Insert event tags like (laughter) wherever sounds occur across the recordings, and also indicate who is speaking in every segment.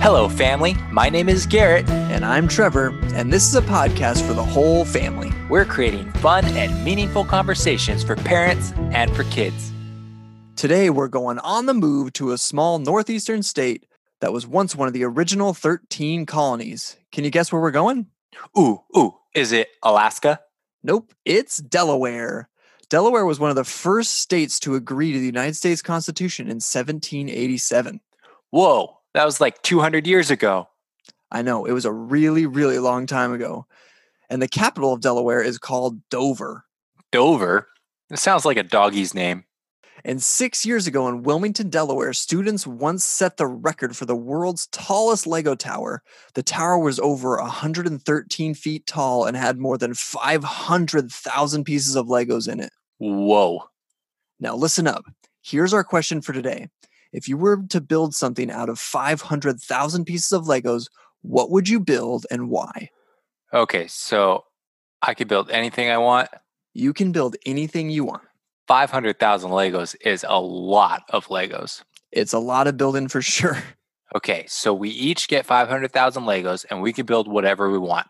Speaker 1: Hello, family. My name is Garrett.
Speaker 2: And I'm Trevor, and this is a podcast for the whole family.
Speaker 1: We're creating fun and meaningful conversations for parents and for kids.
Speaker 2: Today, we're going on the move to a small northeastern state that was once one of the original 13 colonies. Can you guess where we're going?
Speaker 1: Ooh, ooh, is it Alaska?
Speaker 2: Nope, it's Delaware. Delaware was one of the first states to agree to the United States Constitution in 1787.
Speaker 1: Whoa, that was like 200 years ago.
Speaker 2: I know, it was a really, really long time ago. And the capital of Delaware is called Dover.
Speaker 1: Dover? It sounds like a doggy's name.
Speaker 2: And six years ago in Wilmington, Delaware, students once set the record for the world's tallest Lego tower. The tower was over 113 feet tall and had more than 500,000 pieces of Legos in it.
Speaker 1: Whoa.
Speaker 2: Now, listen up. Here's our question for today If you were to build something out of 500,000 pieces of Legos, what would you build and why?
Speaker 1: Okay, so I could build anything I want.
Speaker 2: You can build anything you want.
Speaker 1: 500,000 Legos is a lot of Legos.
Speaker 2: It's a lot of building for (laughs) sure.
Speaker 1: Okay, so we each get 500,000 Legos and we can build whatever we want.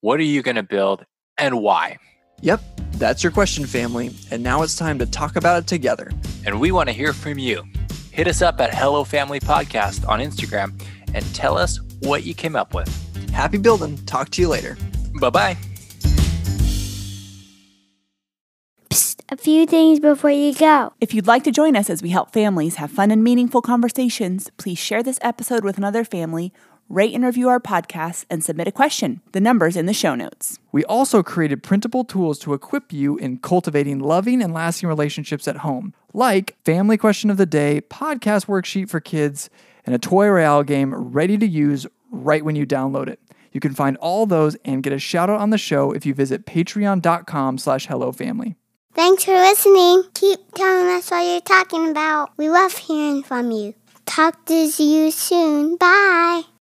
Speaker 1: What are you going to build and why?
Speaker 2: Yep, that's your question, family. And now it's time to talk about it together.
Speaker 1: And we want to hear from you. Hit us up at Hello Family Podcast on Instagram and tell us what you came up with.
Speaker 2: Happy building. Talk to you later.
Speaker 1: Bye bye.
Speaker 3: a few things before you go.
Speaker 4: If you'd like to join us as we help families have fun and meaningful conversations, please share this episode with another family, rate and review our podcast, and submit a question. The number's in the show notes.
Speaker 5: We also created printable tools to equip you in cultivating loving and lasting relationships at home, like Family Question of the Day, podcast worksheet for kids, and a toy royale game ready to use right when you download it. You can find all those and get a shout out on the show if you visit patreon.com slash hellofamily.
Speaker 3: Thanks for listening. Keep telling us what you're talking about. We love hearing from you. Talk to you soon. Bye.